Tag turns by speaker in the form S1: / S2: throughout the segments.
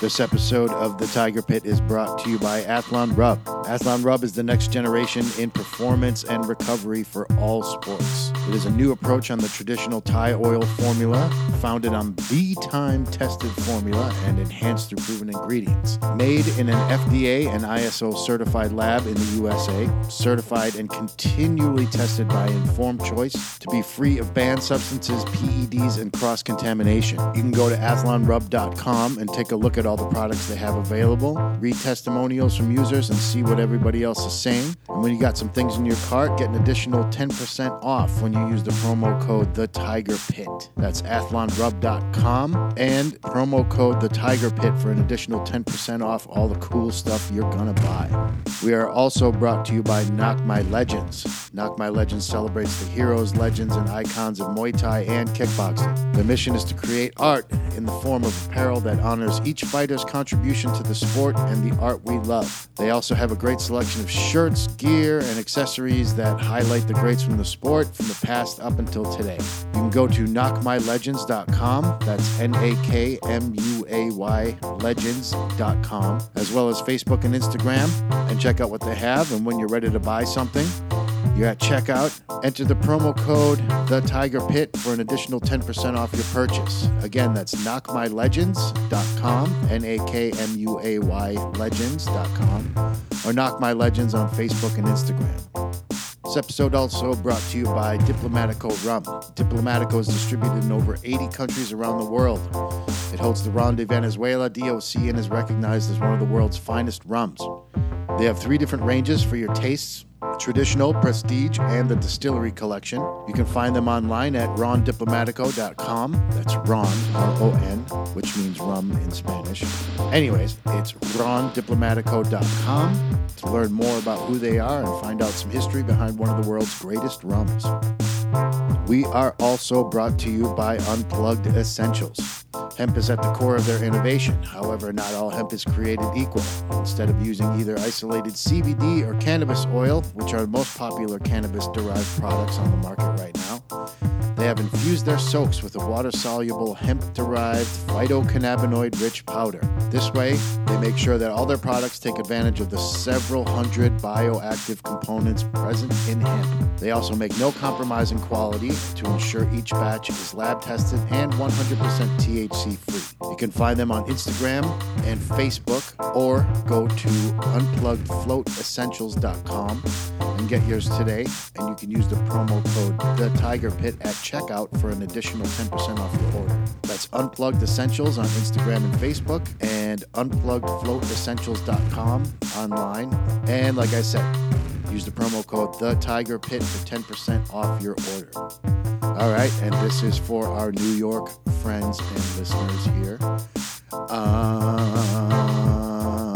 S1: This episode of The Tiger Pit is brought to you by Athlon Rub. Athlon Rub is the next generation in performance and recovery for all sports. It is a new approach on the traditional Thai oil formula, founded on the time tested formula and enhanced through proven ingredients. Made in an FDA and ISO certified lab in the USA, certified and continually tested by informed choice to be free of banned substances, PEDs, and cross contamination. You can go to athlonrub.com and take a look at all the products they have available, read testimonials from users, and see what everybody else is saying. And when you got some things in your cart, get an additional 10% off when you use the promo code The Tiger Pit. That's athlonrub.com and promo code The Tiger Pit for an additional 10% off all the cool stuff you're gonna buy. We are also brought to you by Knock My Legends. Knock My Legends celebrates the heroes, legends, and icons of Muay Thai and kickboxing. The mission is to create art in the form of apparel that honors each fighter's contribution to the sport and the art we love. They also have a great selection of shirts, gear, and accessories that highlight the greats from the sport from the past up until today. You can go to knockmylegends.com, that's N A K M U A Y legends.com, as well as Facebook and Instagram, and check out what they have. And when you're ready to buy something, you're at checkout. Enter the promo code The Tiger Pit for an additional 10% off your purchase. Again, that's knockmylegends.com, N A K M U A Y legends.com, or Knock My Legends on Facebook and Instagram. This episode also brought to you by Diplomatico Rum. Diplomatico is distributed in over 80 countries around the world. It holds the Ron de Venezuela DOC and is recognized as one of the world's finest rums. They have three different ranges for your tastes traditional, prestige, and the distillery collection. You can find them online at rondiplomatico.com. That's Ron, R O N, which means rum in Spanish. Anyways, it's rondiplomatico.com to learn more about who they are and find out some history behind one of the world's greatest rums. We are also brought to you by Unplugged Essentials. Hemp is at the core of their innovation. However, not all hemp is created equal. Instead of using either isolated CBD or cannabis oil, which are the most popular cannabis derived products on the market right now, they have infused their soaks with a water soluble hemp derived phytocannabinoid rich powder. This way, they make sure that all their products take advantage of the several hundred bioactive components present in hemp. They also make no compromise in quality to ensure each batch is lab tested and 100% THC free. You can find them on Instagram and Facebook or go to unpluggedfloatessentials.com and get yours today. And you can use the promo code The Tiger Pit at checkout for an additional 10% off your order. That's Unplugged Essentials on Instagram and Facebook and unpluggedfloatessentials.com online. And like I said, use the promo code The Tiger Pit for 10% off your order. All right, and this is for our New York friends and listeners here. Um,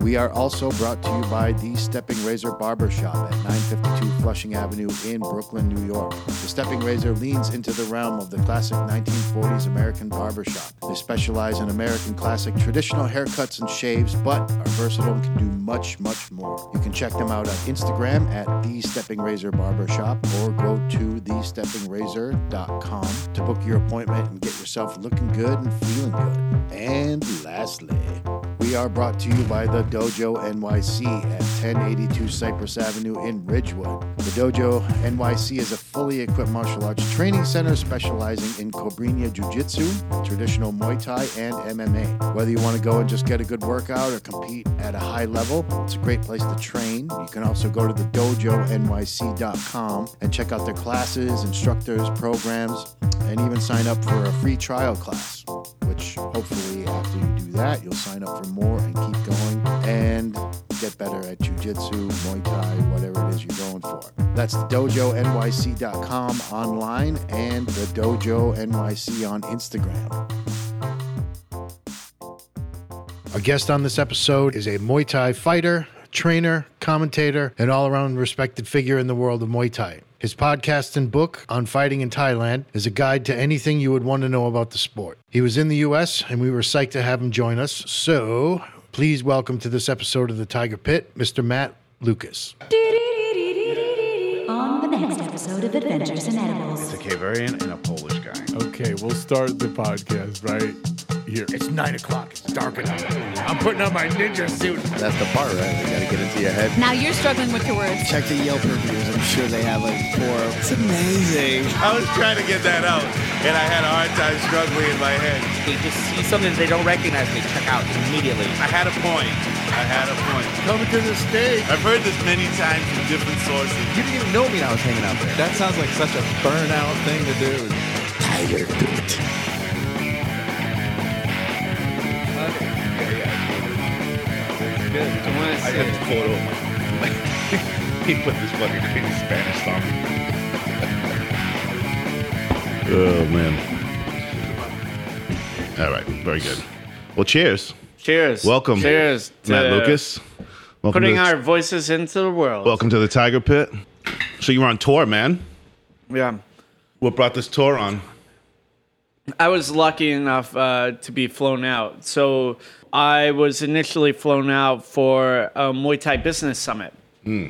S1: we are also brought to you by the Stepping Razor Barbershop at 952 Flushing Avenue in Brooklyn, New York. The Stepping Razor leans into the realm of the classic 1940s American barbershop. They specialize in American classic traditional haircuts and shaves, but are versatile and can do much, much more. You can check them out on Instagram at The Stepping Razor Barbershop or go to thesteppingrazor.com to book your appointment and get yourself looking good and feeling good. And lastly, we are brought to you by the Dojo NYC at 1082 Cypress Avenue in Ridgewood. The Dojo NYC is a fully equipped martial arts training center specializing in Cobrinha Jiu Jitsu, traditional Muay Thai, and MMA. Whether you want to go and just get a good workout or compete at a high level, it's a great place to train. You can also go to the dojonyc.com and check out their classes, instructors, programs, and even sign up for a free trial class which hopefully after you do that, you'll sign up for more and keep going and get better at jujitsu, Muay Thai, whatever it is you're going for. That's the dojonyc.com online and the dojo nyc on Instagram. Our guest on this episode is a Muay Thai fighter, trainer, commentator, and all around respected figure in the world of Muay Thai. His podcast and book on fighting in Thailand is a guide to anything you would want to know about the sport. He was in the US and we were psyched to have him join us. So please welcome to this episode of The Tiger Pit, Mr. Matt Lucas.
S2: On the next episode of Adventures in Edibles.
S3: It's a Kavarian and a Polish guy.
S2: drawing.
S3: Okay, we'll start the podcast right here.
S2: It's nine o'clock. It's dark enough. I'm putting on my ninja suit.
S4: That's the part, right? You gotta get into your head.
S5: Now you're struggling with your words.
S6: Check the Yelp reviews. I'm sure they have like four. It's amazing.
S4: I was trying to get that out, and I had a hard time struggling in my head.
S2: They just see something they don't recognize. They check out immediately.
S4: I had a point. I had a point.
S3: Coming to the stage.
S4: I've heard this many times from different sources.
S2: You didn't even know me. I was hanging out there.
S7: That sounds like such a burnout thing to do.
S6: Tiger Beat.
S2: I want to
S8: I
S2: say.
S8: got this photo. he put this fucking crazy Spanish song. oh man. All right, very good. Well, cheers.
S2: Cheers.
S8: Welcome.
S2: Cheers. to
S8: Matt Lucas. Welcome
S2: Putting
S8: to,
S2: our voices into the world.
S8: welcome to the Tiger Pit. So you were on tour, man.
S2: Yeah.
S8: What brought this tour on?
S2: I was lucky enough uh, to be flown out. So I was initially flown out for a Muay Thai Business Summit.
S8: Hmm.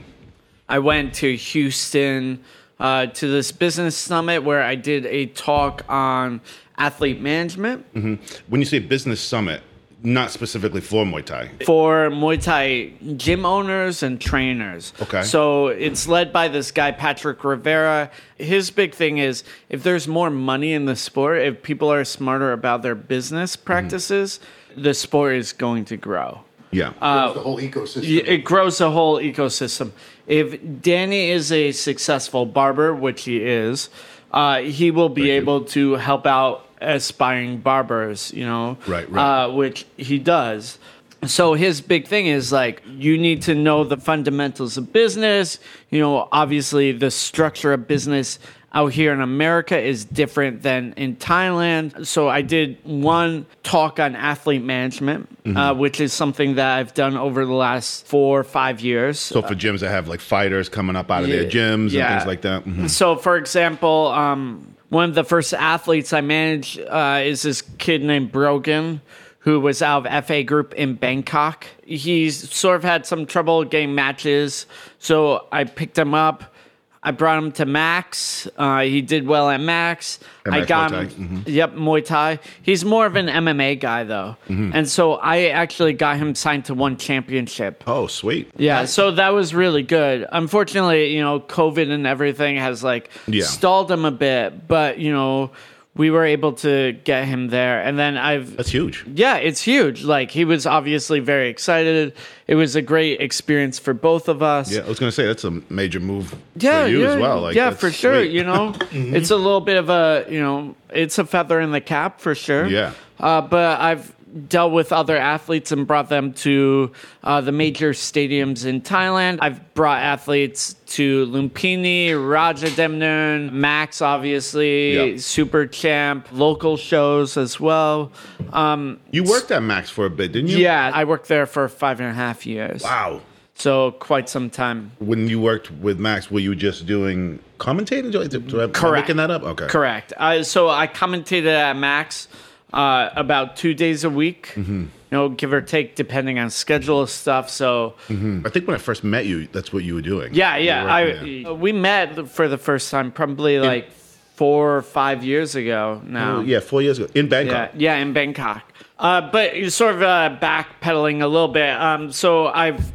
S2: I went to Houston uh, to this business summit where I did a talk on athlete management
S8: When you say business summit, not specifically for Muay Thai.
S2: for Muay Thai gym owners and trainers.
S8: Okay.
S2: So it's led by this guy, Patrick Rivera. His big thing is if there's more money in the sport, if people are smarter about their business
S8: Mm-hmm.
S2: practices, the sport is going to grow.
S8: Yeah.
S2: Uh,
S1: the whole ecosystem.
S2: Y- It grows the whole ecosystem. If Danny is a successful barber, which he is, uh, he will be
S8: Thank you.
S2: able to help out aspiring barbers, you know,
S8: Right, right.
S2: Uh, which he does. So his big thing is like you need to know the fundamentals of business. You know, obviously the structure of business out here in America is different than in Thailand. So I did one talk on athlete management, uh, which is something that I've done over the last four or five years.
S8: so for gyms that have like fighters coming up out of their gyms
S2: Yeah.
S8: and things like that. Mhm.
S2: So, for example, um, one of the first athletes I managed uh, is this kid named Brogan, who was out of FA Group in Bangkok. He's sort of had some trouble getting matches, so I picked him up. I brought him to Max. Uh, he did well at Max.
S8: At
S2: I
S8: Max
S2: got
S8: Muay
S2: him.
S8: Thai. Mhm.
S2: Yep, Muay Thai. He's more of an MMA guy though,
S8: Mm-hmm.
S2: and so I actually got him signed to one championship.
S8: Oh, sweet.
S2: Yeah, so that was really good. Unfortunately, you know, COVID and everything has like
S8: Yeah.
S2: stalled him a bit, but you know, we were able to get him there. And then I've
S8: That's huge.
S2: yeah, it's huge. Like he was obviously very excited. It was a great experience for both of us.
S8: Yeah, I was gonna say that's a major move
S2: Yeah,
S8: for you
S2: yeah,
S8: as well. Like,
S2: yeah,
S8: that's
S2: for sure.
S8: sweet. Mm-hmm.
S2: You know, it's a little bit of a you know, it's a feather in the cap for sure.
S8: Yeah.
S2: uh, but I've dealt with other athletes and brought them to uh, the major stadiums in Thailand. I've brought athletes to Lumpini, Raja Demnern, Max, obviously,
S8: Yeah.
S2: Super Champ, local shows as well. Um,
S8: you worked at Max for a bit, didn't you?
S2: yeah, I worked there for five and a half years.
S8: Wow.
S2: So quite some time.
S8: When you worked with Max, were you just doing commentating? Do I, do I, am I
S2: Correct.
S8: making that up? Okay.
S2: Correct. I, so I commentated at Max uh, about two days a week,
S8: Mm-hmm.
S2: you know, give or take, depending on schedule stuff. So
S8: Mm-hmm. I think when I first met you, that's what you were doing.
S2: yeah,
S8: You
S2: yeah.
S8: were
S2: I
S8: working there.
S2: we met for the first time probably like four or five years ago now.
S8: Oh, yeah, four years ago in
S2: Yeah,
S8: Bangkok.
S2: yeah, in Bangkok. Uh, but you're sort of uh, backpedaling a little bit. Um, so I've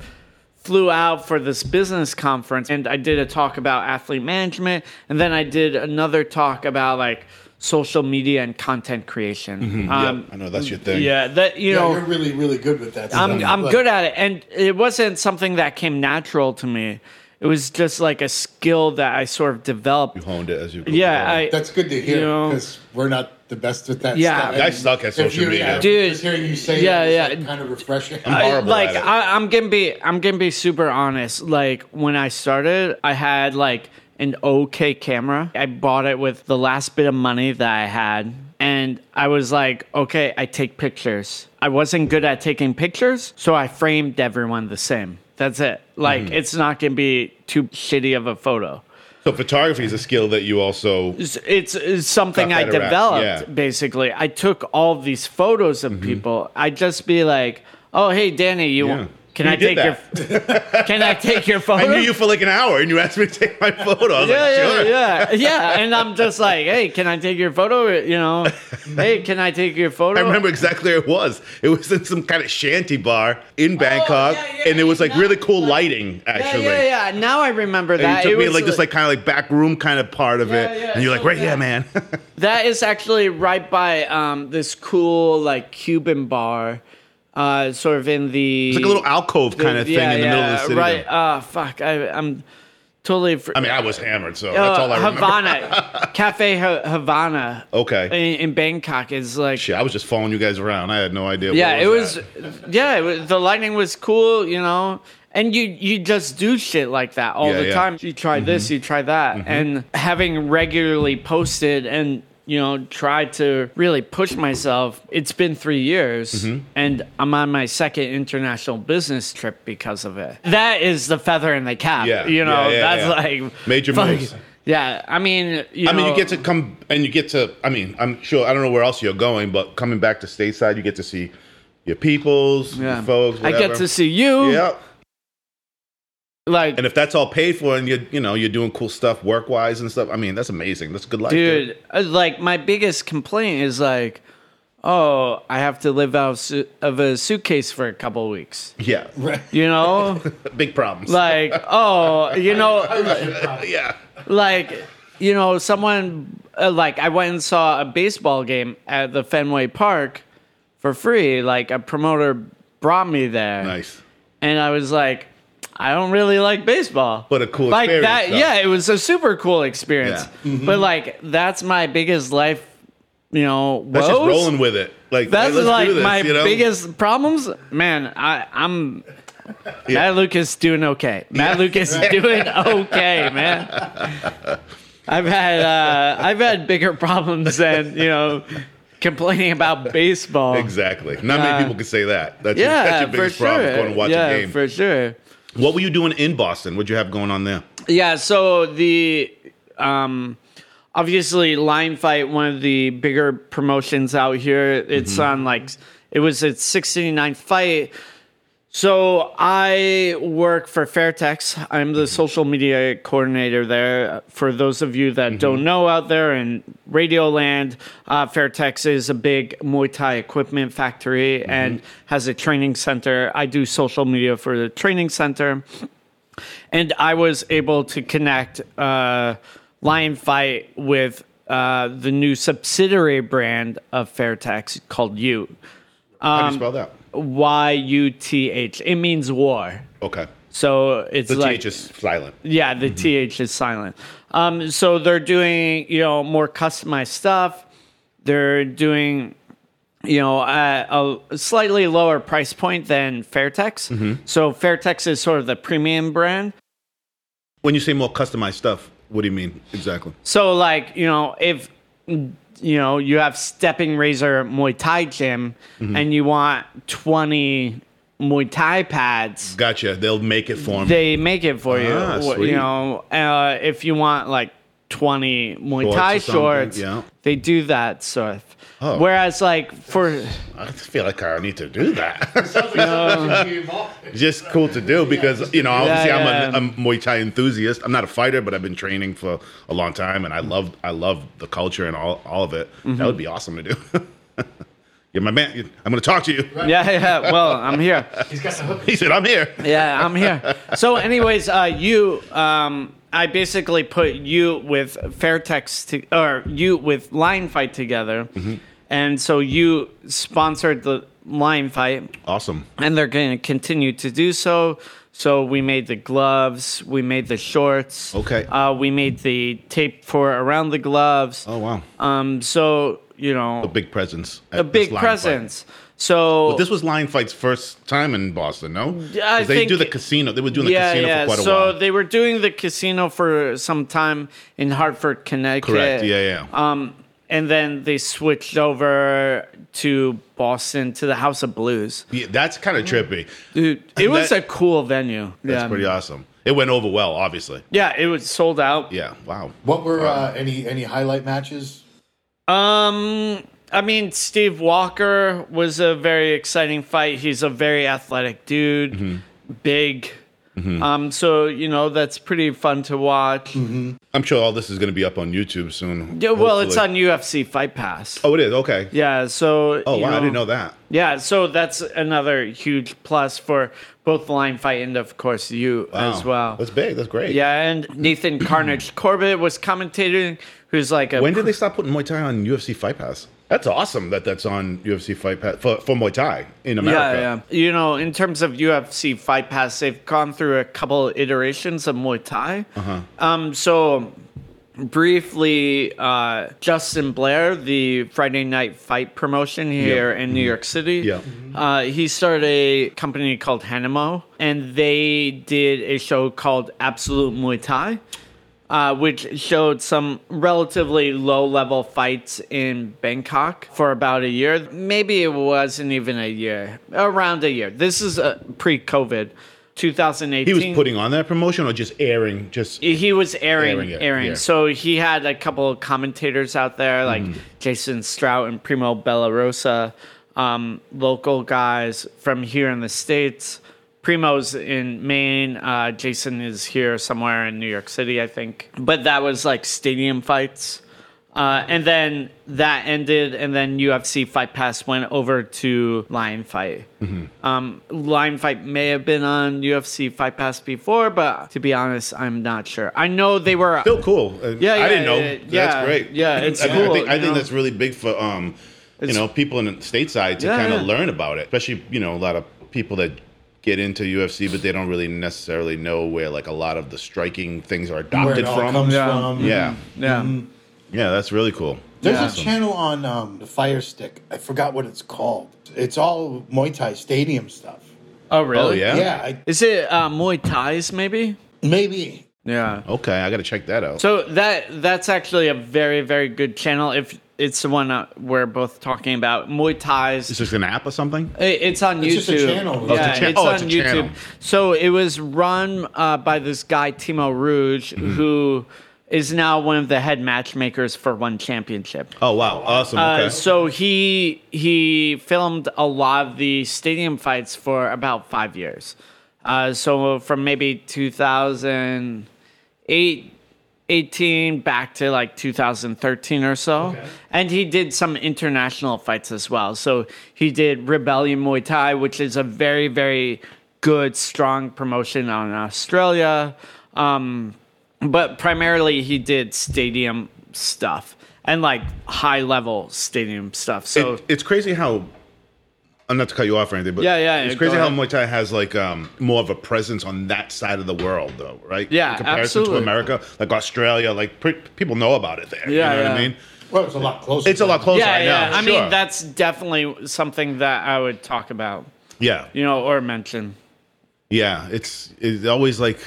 S2: flew out for this business conference, and I did a talk about athlete management, and then I did another talk about like social media and content creation. Um,
S8: Mm-hmm. I know that's your thing.
S2: yeah, that you know,
S1: really, really good with that.
S2: I'm I'm good at it, and it wasn't something that came natural to me. It was just like a skill that I sort of developed.
S8: you honed it as you.
S2: Yeah, I,
S9: That's good to hear
S2: You know-
S9: because we're not the best with that.
S2: Yeah.
S9: stuff.
S2: I
S9: And
S8: suck at
S9: if
S8: social
S9: you-
S8: media.
S9: yeah,
S2: Dude.
S9: just hearing you say
S2: Yeah,
S9: yeah,
S2: yeah.
S9: yeah, kind of refreshing.
S8: I'm horrible
S2: like
S8: at it.
S2: I, I'm gonna be I'm gonna be super honest. Like when I started, I had like an okay camera. I bought it with the last bit of money that I had, and I was like, okay, I take pictures. I wasn't good at taking pictures, so I framed everyone the same. That's it. Like
S8: Mm-hmm.
S2: it's not gonna be too shitty of a photo.
S8: so photography is a skill that you also.
S2: It's, it's, it's something
S8: Got
S2: I
S8: better at,
S2: developed
S8: yeah. Mm-hmm.
S2: basically. I took all these photos of people. I'd just be like, "Oh, hey, Danny, you
S8: Yeah.
S2: want Can
S8: You
S2: I
S8: did
S2: take your Can I take your photo?
S8: I knew you for like an hour, and you asked me to take my photo. I was
S2: yeah,
S8: like,
S2: yeah,
S8: sure.
S2: yeah, yeah. And I'm just like, hey, can I take your photo? You know, hey, can I take your photo?
S8: I remember exactly where it was. It was in some kind of shanty bar in Bangkok,
S2: Oh, yeah, yeah,
S8: and there was like
S2: no,
S8: really cool
S2: like-
S8: lighting.
S2: Yeah,
S8: Actually,
S2: yeah, yeah. Now I remember
S8: And
S2: that.
S8: you
S2: It
S8: took me
S2: was
S8: like just like kind of like back room kind of part of
S2: Yeah,
S8: it,
S2: yeah,
S8: and you're like,
S2: so
S8: right, yeah,
S2: bad.
S8: man.
S2: That is actually right by um, this cool like Cuban bar, uh, sort of in the
S8: It's like a little alcove kind of thing
S2: yeah,
S8: in the
S2: yeah,
S8: middle of the city.
S2: Right?
S8: there.
S2: Uh, fuck, I, I'm totally. Fr-
S8: I mean, I was hammered, so
S2: uh,
S8: that's all I remember.
S2: Havana Cafe ha- Havana.
S8: Okay.
S2: In, in Bangkok is like
S8: Shit, I was just following you guys around. I had no idea. what
S2: yeah,
S8: that.
S2: it was yeah, it was, the lightning was cool, you know. And you you just do shit like that all
S8: Yeah, Mm-hmm.
S2: the
S8: yeah.
S2: time. You try this, you try that, and having regularly posted and you know tried to really push myself. It's been three years,
S8: Mm-hmm.
S2: and I'm on my second international business trip because of it. That is the feather in the cap.
S8: Yeah,
S2: you
S8: yeah,
S2: know
S8: yeah,
S2: that's
S8: yeah.
S2: like
S8: Major
S2: fuck-
S8: moves.
S2: Yeah, I mean, you
S8: I mean, you
S2: know-
S8: get to come and you get to. I mean, I'm sure I don't know where else you're going, but coming back to stateside, you get to see your peoples,
S2: yeah.
S8: your folks.
S2: I get
S8: whatever.
S2: to see you.
S8: Yeah,
S2: like
S8: and if that's all paid for, and you you know you're doing cool stuff work wise and stuff. I mean, that's amazing. That's a good life, dude.
S2: dude uh, like my biggest complaint is like oh i have to live out su- of a suitcase for a couple weeks
S8: Yeah,
S2: you know
S8: big problems. Oh,
S2: like oh you know
S8: yeah,
S2: like you know someone uh, like i went and saw a baseball game at the fenway park for free like a promoter brought me there
S8: nice.
S2: and I was like, I don't really like baseball.
S8: But a cool
S2: like
S8: experience,
S2: that.
S8: though. Mm-hmm.
S2: Yeah, it was a super cool experience. But like, that's my biggest life, you know. Woes.
S8: That's just rolling with it. Like
S2: That's
S8: hey, let's
S2: like
S8: do this,
S2: my
S8: you know?
S2: biggest problems. Man, I, I'm. Matt Lucas doing okay. Matt Lucas doing okay, man. I've had uh, I've had bigger problems than you know complaining about baseball.
S8: Exactly. Not
S2: Uh,
S8: many people can say that. That's your,
S2: Yeah,
S8: that's your biggest
S2: for sure.
S8: problem. Going to watch
S2: yeah,
S8: a game.
S2: for sure.
S8: What were you doing in Boston? What'd you have going on there?
S2: Yeah, so the um obviously Line Fight, one of the bigger promotions out here, it's on like it was its 69th fight. So I work for Fairtex. I'm the social media coordinator there. For those of you that don't know out there in Radioland, uh, Fairtex is a big Muay Thai equipment factory and has a training center. I do social media for the training center and I was able to connect uh, Lion Fight with uh, the new subsidiary brand of Fairtex called U
S8: How
S2: Um,
S8: do you spell that?
S2: Y U T H. It means war.
S8: Okay.
S2: So it's
S8: The
S2: like
S8: TH is Mm-hmm. silent.
S2: yeah, the th is silent. Um, so they're doing you know more customized stuff. They're doing you know at a slightly lower price point than Fairtex.
S8: Mm-hmm.
S2: So Fairtex is sort of the premium brand.
S8: When you say more customized stuff, what do you mean exactly?
S2: So like, you know, if mm, you know, you have stepping razor Muay Thai gym
S8: Mm-hmm.
S2: and you want 20 Muay Thai pads,
S8: Gotcha. They'll make it for me.
S2: they make it for you.
S8: Ah,
S2: Wh-
S8: sweet.
S2: You know, uh, if you want like 20 Muay
S8: Shorts
S2: Thai
S8: or something,
S2: shorts,
S8: yeah.
S2: they do that sort of.
S8: Oh.
S2: Whereas like for
S8: I feel like I need to do that.
S9: Sounds like something you involved in.
S8: Just cool to do because you know obviously
S2: yeah.
S8: I'm a, a Muay Thai enthusiast. I'm not a fighter, but I've been training for a long time, and I love I love the culture and all, all of it.
S2: Mm-hmm.
S8: That would be awesome to do. You're my man. I'm going to talk to you.
S2: yeah, yeah, well, I'm here.
S9: He's got some hook.
S8: He said, "I'm here."
S2: yeah, I'm here. So, anyways, uh, you, um, I basically put you with Fairtex to, or you with Lion Fight together,
S8: Mm-hmm.
S2: and so you sponsored the Lion Fight,
S8: Awesome.
S2: and they're going to continue to do so. So we made the gloves, we made the shorts.
S8: Okay.
S2: Uh, we made the tape for around the gloves.
S8: Oh wow,
S2: Um. So you know,
S8: a big presence.
S2: a big presence. So
S8: But this was Lion Fight's first time in Boston, no?
S2: I
S8: 'Cause they
S2: think-
S8: do the casino. They were doing the casino for quite a
S2: so
S8: while.
S2: they were doing the casino for some time in Hartford, Connecticut.
S8: Correct. Yeah, yeah.
S2: Um, and then they switched over to Boston to the House of Blues.
S8: Yeah, that's kind of trippy.
S2: Dude, it
S8: And
S2: was
S8: that-
S2: a cool venue.
S8: That's
S2: yeah.
S8: pretty awesome. It went over well, obviously.
S2: yeah, it was sold out.
S8: Yeah. Wow.
S9: What were uh, any any highlight matches?
S2: Um, I mean, Steve Walker was a very exciting fight. He's a very athletic dude,
S8: Mm-hmm.
S2: big. Um, so you know that's pretty fun to watch.
S8: Mm-hmm. I'm sure all this is going to be up on YouTube soon.
S2: Yeah, well, it's
S8: hopefully.
S2: on UFC Fight Pass.
S8: Oh, it is. Okay.
S2: Yeah, so
S8: Oh,
S2: you
S8: wow. I didn't know that.
S2: Yeah, so that's another huge plus for both the line fight and of course you
S8: Wow.
S2: as well.
S8: That's big. That's great.
S2: Yeah, and Nathan Carnage Corbett was commentating, who's like a
S8: When did they stop putting Muay Thai on UFC Fight Pass? That's awesome that that's on UFC Fight Pass for, for Muay Thai in America.
S2: Yeah, yeah. You know, in terms of UFC Fight Pass, they've gone through a couple iterations of Muay Thai. Uh-huh. Um, so briefly, uh, Justin Blair, the Friday Night Fight promotion here in New York City,
S8: Mm-hmm. Yeah.
S2: uh, he started a company called Hanemo, and they did a show called Absolute Muay Thai. Uh, which showed some relatively low level fights in Bangkok for about a year. Maybe it wasn't even a year, around a year. This is uh, pre COVID, 2018
S8: He was putting on that promotion or just airing? Just
S2: he was airing
S8: Airing
S2: airing,
S8: it, yeah.
S2: so he had a couple of commentators out there like jason strout and primo bellarosa um, local guys from here in the states primo's in maine uh, jason is here somewhere in new york city i think but that was like stadium fights uh, and then that ended, and then UFC Fight Pass went over to Lion Fight. Um, Lion Fight may have been on UFC Fight Pass before, but to be honest, I'm not sure. I know they were.
S8: still cool. Uh,
S2: Yeah,
S8: I
S2: yeah,
S8: didn't know.
S2: yeah, yeah.
S8: that's great.
S2: Yeah, it's
S8: I, mean, I
S2: cool,
S8: think, I
S2: you
S8: think
S2: know?
S8: that's really big for um, you know, people in the stateside to
S2: Yeah,
S8: kind of
S2: yeah.
S8: learn about it. Especially you know, a lot of people that get into UFC, but they don't really necessarily know where like a lot of the striking things are
S5: Where
S8: adopted
S5: it all
S8: from.
S5: comes
S2: Yeah.
S5: from.
S8: yeah,
S2: Yeah.
S8: mm-hmm. yeah, that's really cool.
S5: There's
S2: Yeah.
S5: a channel on um, the Fire Stick. I forgot what it's called. It's all Muay Thai stadium stuff.
S2: Oh, really?
S8: Oh yeah.
S5: Yeah, I,
S2: Is it uh, Muay Thais, maybe?
S5: maybe.
S2: Yeah.
S8: Okay, I got to check that out.
S2: So that that's actually a very very good channel. If it's the one uh, we're both talking about, Muay Thais.
S8: Is this an app or something?
S2: It- It's on YouTube.
S5: It's just a channel. Oh, it's a
S2: Yeah,
S8: chan-
S2: it's,
S8: oh,
S2: on
S8: it's a
S2: YouTube.
S8: channel.
S2: So it was run uh, by this guy Timo Rouge,
S5: Mm-hmm.
S2: who is now one of the head matchmakers for One Championship.
S8: Oh wow, awesome. Okay.
S2: Uh, so he he filmed a lot of the stadium fights for about five years. Uh, so from maybe 2008, 18 back to like 2013 or so. And he did some international fights as well. So he did Rebellion Muay Thai, which is a very, very good, strong promotion on Australia. Um, but primarily he did stadium stuff and like high level stadium stuff. So
S8: it, it's crazy how I'm not to cut you off or anything, but
S2: Yeah, yeah,
S8: it's
S2: go
S8: crazy how
S2: ahead.
S8: Muay Thai has like um, more of a presence on that side of the world, though, right?
S2: Yeah,
S8: In comparison
S2: absolutely.
S8: to America, like Australia, like pre- people know about it there.
S2: Yeah,
S8: you know what I
S2: yeah.
S8: mean?
S5: Well, it's a lot closer.
S8: It's a lot closer.
S2: yeah,
S8: I know,
S2: yeah. I
S8: sure.
S2: mean, that's definitely something that I would talk about,
S8: yeah,
S2: you know, or mention.
S8: yeah. It's it's always like.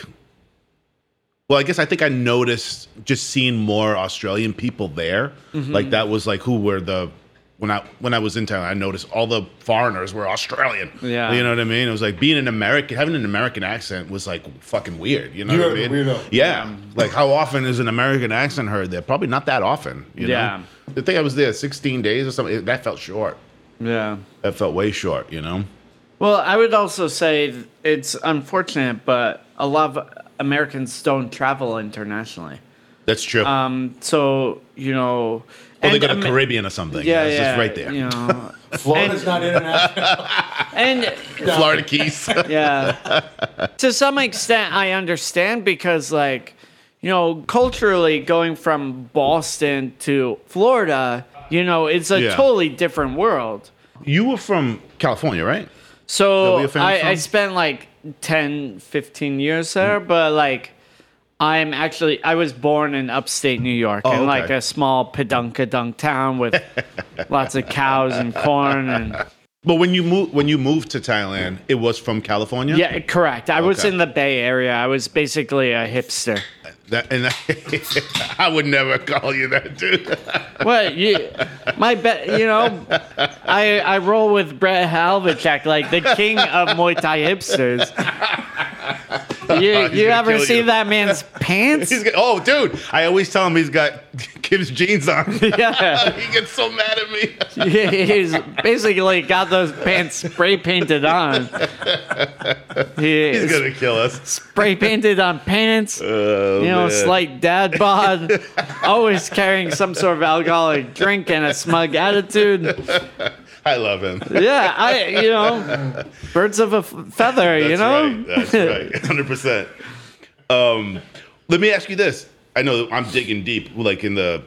S8: Well, I guess I think I noticed just seeing more Australian people there.
S2: Mm-hmm.
S8: Like that was like who were the when I when I was in town, I noticed all the foreigners were Australian.
S2: Yeah.
S8: you know what I mean. It was like being an American, having an American accent was like fucking weird. You know
S5: You're
S8: what I
S5: a
S8: mean?
S5: weirdo.
S8: Yeah, like how often is an American accent heard there? Probably not that often. You
S2: Yeah.
S8: know? I think I was there 16 days or something. That felt short.
S2: Yeah.
S8: That felt way short. You know.
S2: Well, I would also say th- it's unfortunate, but a lot of Americans don't travel internationally.
S8: That's true.
S2: Um, so you know,
S8: or they
S2: and
S8: go to
S2: Am-
S8: Caribbean or something.
S2: Yeah,
S8: it's
S2: yeah,
S8: just right there.
S2: You know,
S5: Florida's
S2: And-
S5: not international.
S2: and
S8: Florida Keys.
S2: yeah, to some extent, I understand because like. You know, culturally, going from Boston to Florida, you know, it's a
S8: Yeah.
S2: totally different world.
S8: You were from California, right? Is that
S2: So
S8: where your family's
S2: I, I
S8: from?
S2: spent like 10, 15 years there,
S8: Hmm.
S2: but like I'm actually I was born in upstate New York in
S8: Oh, okay.
S2: like a small pedunkadunk town with lots of cows and corn and
S8: But when you moved when you moved to Thailand, it was from California.
S2: yeah, correct. I was
S8: Okay.
S2: in the Bay Area. I was basically a hipster.
S8: That, and I, I would never call you that, dude.
S2: What you my bet you know I I roll with Brett Halvachek, like the king of Muay Thai hipsters. You,
S8: He's
S2: you
S8: gonna
S2: ever
S8: kill
S2: see
S8: you.
S2: that man's pants?
S8: He's got, oh, dude! I always tell him he's got keep his jeans on.
S2: Yeah.
S8: he gets so mad at me.
S2: He's basically got those pants spray painted on. He
S8: He's
S2: is
S8: gonna kill us.
S2: spray painted on pants.
S8: Oh,
S2: you know,
S8: man.
S2: slight dad bod, always carrying some sort of alcoholic drink and a smug attitude.
S8: I love him.
S2: Yeah, I, you know, birds of a f- feather, you
S8: That's
S2: know?
S8: right. That's right. Hundred percent. Um, let me ask you this. I know that I'm digging deep, like in the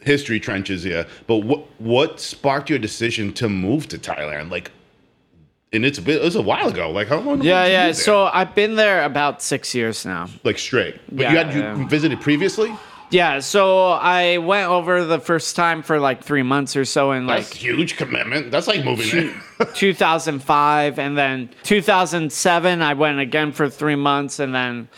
S8: history trenches here. But what what sparked your decision to move to Thailand? Like, and it's a bit. It was a while ago. Like how long?
S2: Yeah,
S8: did you
S2: yeah.
S8: live there?
S2: So I've been there about six years now.
S8: like straight. But you
S2: Yeah,
S8: had you
S2: yeah.
S8: visited previously.
S2: Yeah, so I went over the first time for like three months or so in
S8: That's
S2: like
S8: huge commitment. That's like moving.
S2: two-
S8: there.
S2: 2005 and then 2007 I went again for 3 months and then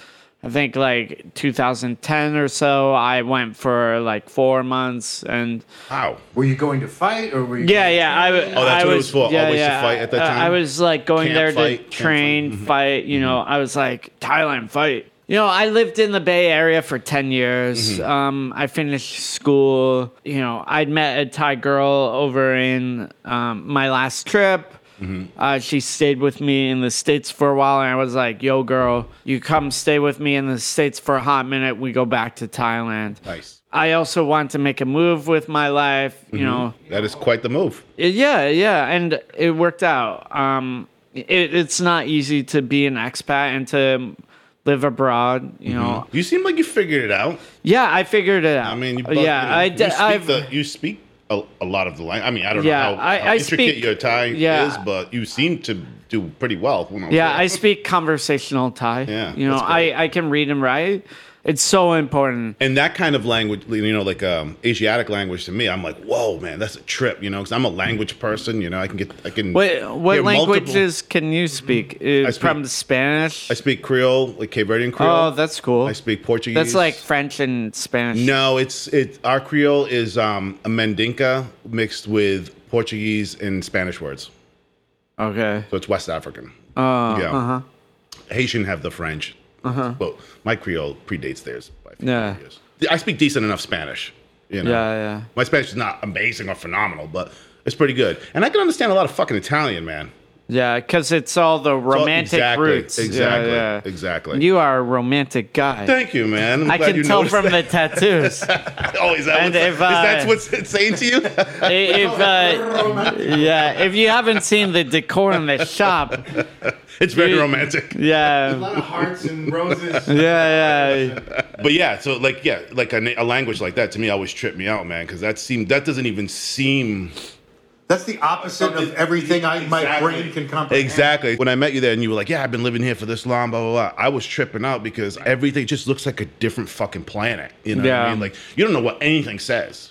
S2: I think like 2010 or so I went for like 4 months and
S8: wow.
S5: Were you going to fight or were you?
S2: yeah yeah I
S8: Oh, that's
S2: I
S8: what it was for, always to fight at that
S2: Uh,
S8: time?
S2: I was like going
S8: Camp
S2: there
S8: fight, mm-hmm.
S2: to
S8: camp
S2: train fight, you know I was like Thailand fight you know, I lived in the Bay Area for 10 years.
S8: Mm-hmm.
S2: Um, I finished school. You know, I'd met a Thai girl over in um, my last trip.
S8: Mm-hmm.
S2: Uh, she stayed with me in the States for a while, and I was like, yo, girl, you come stay with me in the States for a hot minute. We go back to Thailand.
S8: Nice. Mm-hmm.
S2: I also want to make a move with my life, you know.
S8: That is quite the move.
S2: Yeah, yeah, and it worked out. Um, it, it's not easy to be an expat and to live abroad. You know,
S8: You seem like you figured it out.
S2: yeah, I figured it out.
S8: Mm-hmm. I mean, you,
S2: Uh, yeah, I
S8: you
S2: did.
S8: speak
S2: I've
S8: the, you speak a, a lot of the language. I mean, I don't
S2: Yeah,
S8: know how,
S2: I-
S8: how
S2: I
S8: intricate
S2: speak-
S8: your Thai
S2: yeah.
S8: is, but you seem to do pretty well. When I was
S2: yeah,
S8: there.
S2: I speak conversational Thai.
S8: Yeah,
S2: you know,
S8: that's great.
S2: I I can read and write. It's so important.
S8: and that kind of language, you know, like um, Asiatic language to me, I'm like, whoa, man, that's a trip, you know, because I'm a language person. You know, I can get, I can.
S2: What what
S8: hear multiple- Mm-hmm.
S2: languages can you speak? Uh,
S8: I speak-
S2: From Spanish.
S8: I speak Creole, like Cape Verdean Creole.
S2: oh, that's cool.
S8: I speak Portuguese.
S2: That's like French and Spanish.
S8: No, it's it. Our Creole is um, a Mandinka mixed with Portuguese and Spanish words,
S2: Okay.
S8: so it's West African.
S2: Uh,
S8: Oh, yeah. Uh-huh. Haitian have the French, uh-huh. but my Creole predates theirs by a few
S2: Yeah.
S8: years. I speak decent enough Spanish. You know,
S2: Yeah, yeah.
S8: My Spanish is not amazing or phenomenal, but it's pretty good, and I can understand a lot of fucking Italian, man.
S2: Yeah, because it's all the romantic
S8: exactly,
S2: roots. Yeah,
S8: exactly,
S2: yeah.
S8: exactly.
S2: You are a romantic guy.
S8: Thank you, man. I'm
S2: I
S8: glad
S2: can
S8: you
S2: tell
S8: noticed
S2: from
S8: that.
S2: the tattoos.
S8: Oh, is that, what's,
S2: And if
S8: is
S2: uh, I-
S8: that what's it's saying to you?
S2: I- if uh, yeah, if you haven't seen the decor in the shop,
S8: It's very
S2: You-
S8: romantic.
S2: yeah,
S9: lot of hearts and roses.
S2: yeah, yeah.
S8: But yeah, so like yeah, like a, na- a language like that to me always tripped me out, man, because that seemed that doesn't even seem
S5: That's the opposite of everything I, my
S8: Exactly.
S5: brain can comprehend.
S8: exactly. When I met you there, and you were like, "Yeah, I've been living here for this long," blah blah blah. I was tripping out because everything just looks like a different fucking planet. You know, what
S2: Yeah.
S8: I mean? like you don't know what anything says.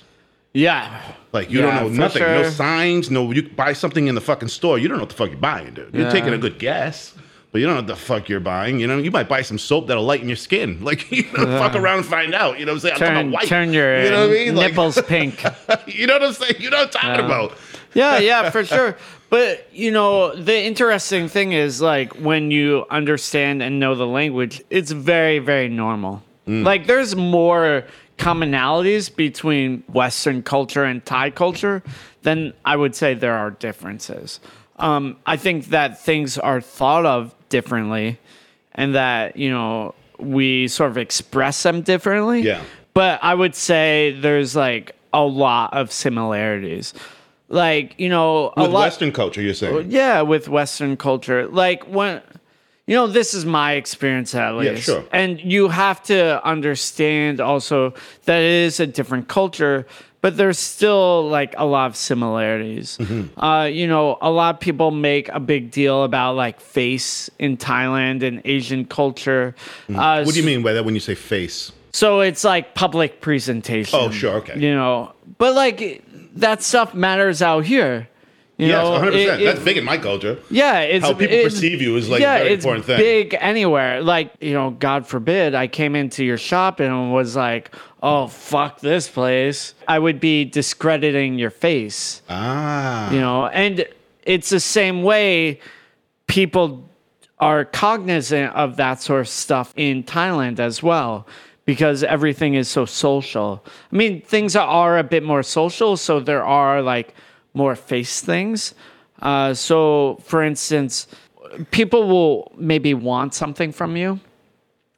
S2: yeah.
S8: Like you
S2: Yeah,
S8: don't
S2: for
S8: know nothing, no
S2: sure.
S8: signs, no. You buy something in the fucking store, you don't know what the fuck you're buying, dude. You're
S2: Yeah.
S8: taking a good guess, but you don't know what the fuck you're buying. You know, you might buy some soap that'll lighten your skin. Like you know, fuck around and find out. You know what I'm saying? I'm talking
S2: Turn,
S8: about white.
S2: turn your uh,
S8: you know what I mean? Like-
S2: nipples pink.
S8: you know what I'm saying? You know what I'm talking about.
S2: yeah, yeah, for sure. But you know, the interesting thing is like when you understand and know the language, it's very, very normal. Like there's more commonalities between Western culture and Thai culture than I would say there are differences. Um, I think that things are thought of differently, and that you know we sort of express them differently.
S8: Yeah.
S2: But I would say there's like a lot of similarities. Like, you know, a
S8: With
S2: lot
S8: Western culture, you're saying?
S2: yeah, with Western culture. Like when you know, this is my experience at least.
S8: sure.
S2: And you have to understand also that it is a different culture, but there's still like a lot of similarities.
S8: Mm-hmm.
S2: Uh, you know, a lot of people make a big deal about like face in Thailand and Asian culture. Uh,
S8: Mm-hmm. What do you mean by that when you say face?
S2: so it's like public presentation.
S8: Oh, sure, okay.
S2: You know, but like that stuff matters out here. You
S8: yes,
S2: know,
S8: 100%.
S2: It- it-
S8: That's big in my culture.
S2: Yeah, it's
S8: How people
S2: it-
S8: perceive you is, like, a
S2: yeah,
S8: very
S2: it's
S8: important thing.
S2: Big anywhere, like you know, God forbid, I came into your shop and was like, "Oh fuck this place," I would be discrediting your face
S8: Ah.
S2: you know and it's the same way people are cognizant of that sort of stuff in thailand as well because everything is so social. I mean, things are a bit more social, so there are like more face things. Uh, so, for instance, people will maybe want something from you,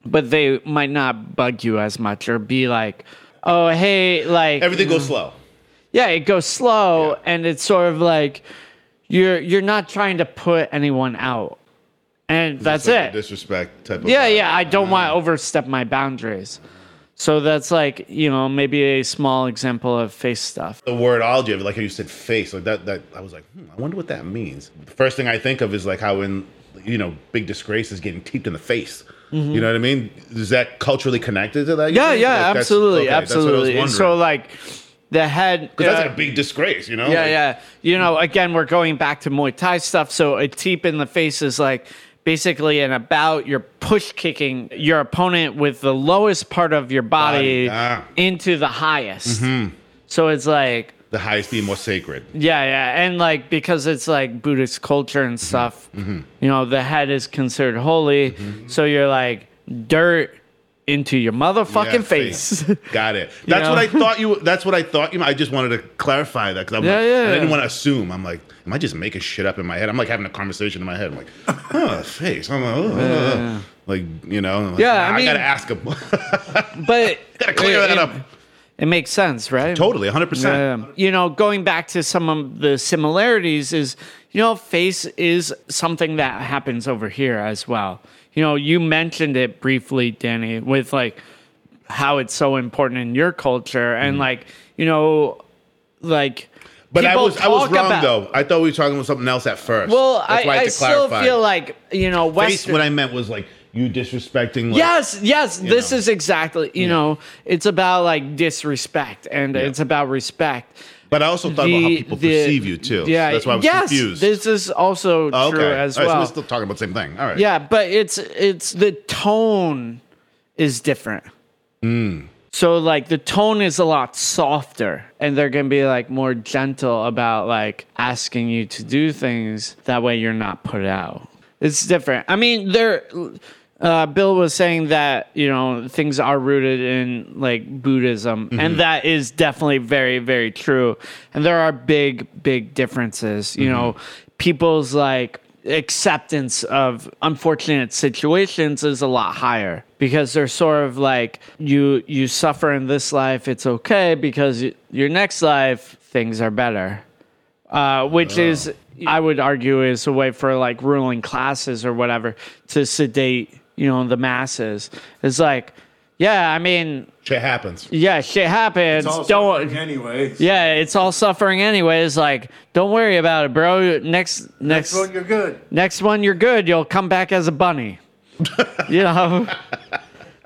S2: but they might not bug you as much or be like, "Oh, hey, like
S8: Everything goes slow.
S2: yeah, it goes slow, and it's sort of like you're you're not trying to put anyone out, and that's
S8: It's like a
S2: it.
S8: disrespect type of.
S2: Yeah,
S8: vibe.
S2: yeah. I don't want to overstep my boundaries. So that's like, you know, maybe a small example of face stuff.
S8: the wordology of it, like how you said face, like that. That I was like, hmm, I wonder what that means. The first thing I think of is like how in you know big disgrace is getting teeped in the face. You know what I mean? Is that culturally connected to that? you
S2: Mm-hmm.
S8: think?
S2: Yeah,
S8: Like,
S2: yeah,
S8: that's-
S2: absolutely,
S8: okay, that's what I was
S2: absolutely. And so
S8: wondering.
S2: like the head
S8: 'Cause that's
S2: uh,
S8: like a big disgrace, you know?
S2: Yeah,
S8: Like,
S2: yeah. You know, again, we're going back to Muay Thai stuff. So a teep in the face is like basically an about. You're push kicking your opponent with the lowest part of your
S8: Body,
S2: body
S8: Mm-hmm. ah.
S2: into the highest. So it's like,
S8: The highest being more sacred.
S2: yeah, yeah. And like, because it's like Buddhist culture and
S8: Mm-hmm.
S2: stuff, you know, the head is considered holy.
S8: Mm-hmm.
S2: So you're like, dirt into your motherfucking
S8: Yeah,
S2: face.
S8: Got it. That's what
S2: know?
S8: I thought you. That's what I thought you. I just wanted to clarify that because I'm
S2: Yeah,
S8: like,
S2: yeah,
S8: I
S2: yeah.
S8: didn't want to assume. I'm like, am I just making shit up in my head? I'm like having a conversation in my head. I'm like, huh, face. I'm like, oh, uh, like you know. I'm like,
S2: Yeah,
S8: nah,
S2: I
S8: I,
S2: mean-
S8: gotta ask him.
S2: but
S8: gotta clear
S2: it,
S8: that
S2: it-
S8: up.
S2: It makes sense, right?
S8: Totally, 100. percent
S2: Um, you know, going back to some of the similarities is, you know, face is something that happens over here as well. You know, you mentioned it briefly, Danny, with like how it's so important in your culture and like, you know, like.
S8: Mm-hmm. But I
S2: people
S8: was I was
S2: talk
S8: wrong
S2: about-
S8: though. I thought we were talking about something else at first.
S2: Well,
S8: That's
S2: I,
S8: why
S2: I,
S8: had to
S2: still
S8: clarify.
S2: feel like, you know,
S8: face.
S2: Western.
S8: What I meant was like you disrespecting. Like,
S2: Yes, yes, this
S8: know. Mm.
S2: is exactly, you know, it's about like disrespect and it's about respect.
S8: But I also thought about how people
S2: the-
S8: perceive you too. Yeah, that's why I was
S2: yes,
S8: confused.
S2: This is also
S8: Oh,
S2: true as
S8: All right, so
S2: well.
S8: we're still talking about the same thing. All right.
S2: yeah, but it's it's the tone is different. So like the tone is a lot softer, and they're gonna be like more gentle about like asking you to do things. That way, you're not put out. It's different. I mean, there. Uh, Bill was saying that you know things are rooted in like Buddhism, and that is definitely very very true. And there are big big differences. You know, people's like acceptance of unfortunate situations is a lot higher because they're sort of like you you suffer in this life it's okay because y- your next life things are better uh,
S10: Oh.
S2: which is i would argue is a way for like ruling classes or whatever to sedate you know the masses it's like yeah i mean
S8: Shit happens.
S2: yeah shit happens
S10: It's all
S2: don't
S10: suffering anyway.
S2: yeah it's all suffering anyways like don't worry about it bro next next,
S10: Next one, you're good.
S2: next one you're good you'll come back as a bunny you know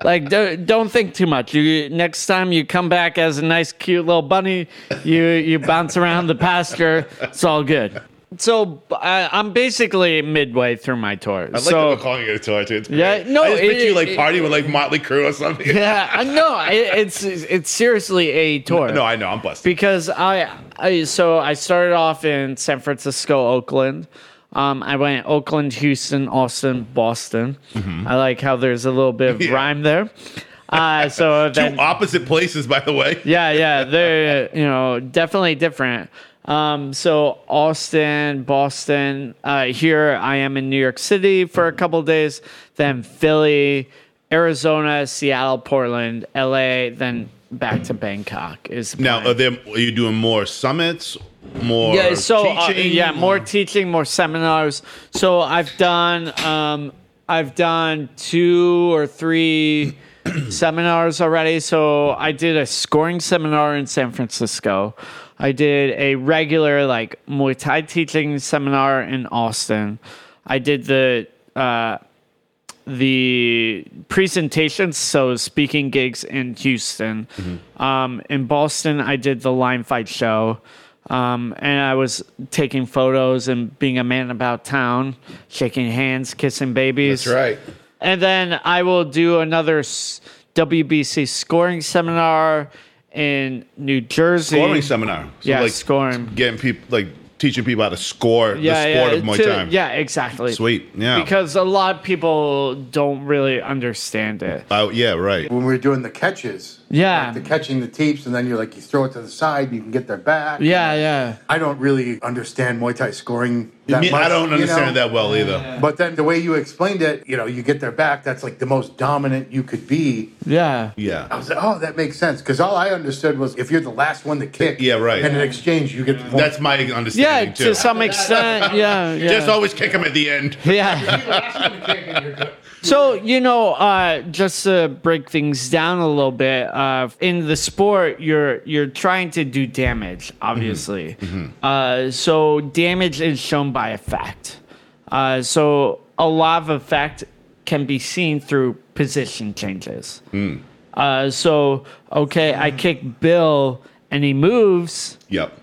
S2: like don't, don't think too much you next time you come back as a nice cute little bunny you you bounce around the pasture it's all good so I, i'm basically midway through my tour
S8: I like
S2: so
S8: that we're calling it a tour too. It's great.
S2: Yeah, no,
S8: I just
S2: it-
S8: picture you like
S2: it-
S8: partying with like Motley Crue or something.
S2: yeah I- no I- it's it's seriously a tour
S8: No, I know, I'm busted.
S2: because I, I so I started off in San Francisco, Oakland. Um, I went Oakland, Houston, Austin, Boston. I like how there's a little bit of
S8: Mm-hmm. Yeah.
S2: rhyme there. Uh, so then,
S8: Two opposite places, by the way.
S2: yeah, yeah, they're you know definitely different. Um, so Austin, Boston. Uh, here I am in New York City for a couple days, then Philly, Arizona, Seattle, Portland, L.A., then back to Bangkok. Is the
S8: Now,
S2: plan.
S8: are there? Are you doing more summits? More
S2: yeah so uh,
S8: teaching?
S2: yeah more teaching more seminars so i've done um i've done two or three seminars already so i did a scoring seminar in san francisco i did a regular like muay thai teaching seminar in austin i did the uh the presentations, so speaking gigs in Houston.
S8: Mm-hmm.
S2: Um, in Boston, I did the line fight show. Um, and I was taking photos and being a man about town, shaking hands, kissing babies.
S8: That's right.
S2: And then I will do another s- WBC scoring seminar in New Jersey.
S8: Scoring seminar. So
S2: yeah,
S8: like
S2: scoring.
S8: Getting people like teaching people how to score the sport of Muay
S2: to-
S8: Thai.
S2: Yeah, exactly.
S8: Sweet, yeah.
S2: Because a lot of people don't really understand it.
S8: Oh, yeah, right.
S5: When we were doing the catches,
S2: Yeah.
S5: the catching the teeps, and then you're like, you throw it to the side, and you can get their back.
S2: Yeah, yeah.
S5: I don't really understand Muay Thai scoring.
S8: I
S5: That
S8: mean,
S5: much,
S8: I don't
S5: you
S8: understand
S5: know?
S8: that well either.
S5: But then the way you explained it, you know, you get their back. That's like the most dominant you could be.
S2: Yeah.
S5: I
S8: Yeah.
S5: was like, oh, that makes sense. Because all I understood was if you're the last one to kick,
S8: Yeah, right.
S5: And in exchange, you get the point.
S8: That's my
S2: Yeah,
S8: understanding, too.
S2: to some extent. Yeah. yeah.
S8: Just always kick him at the end.
S2: yeah. So, you know, uh, just to break things down a little bit, uh, in the sport, you're you're trying to do
S8: Mm-hmm.
S2: damage, obviously. Uh, so, damage is shown by effect. Uh, so, a lot of effect can be seen through position changes.
S8: Mm.
S2: Uh, so, okay, I kick Bill and he moves.
S8: Yep.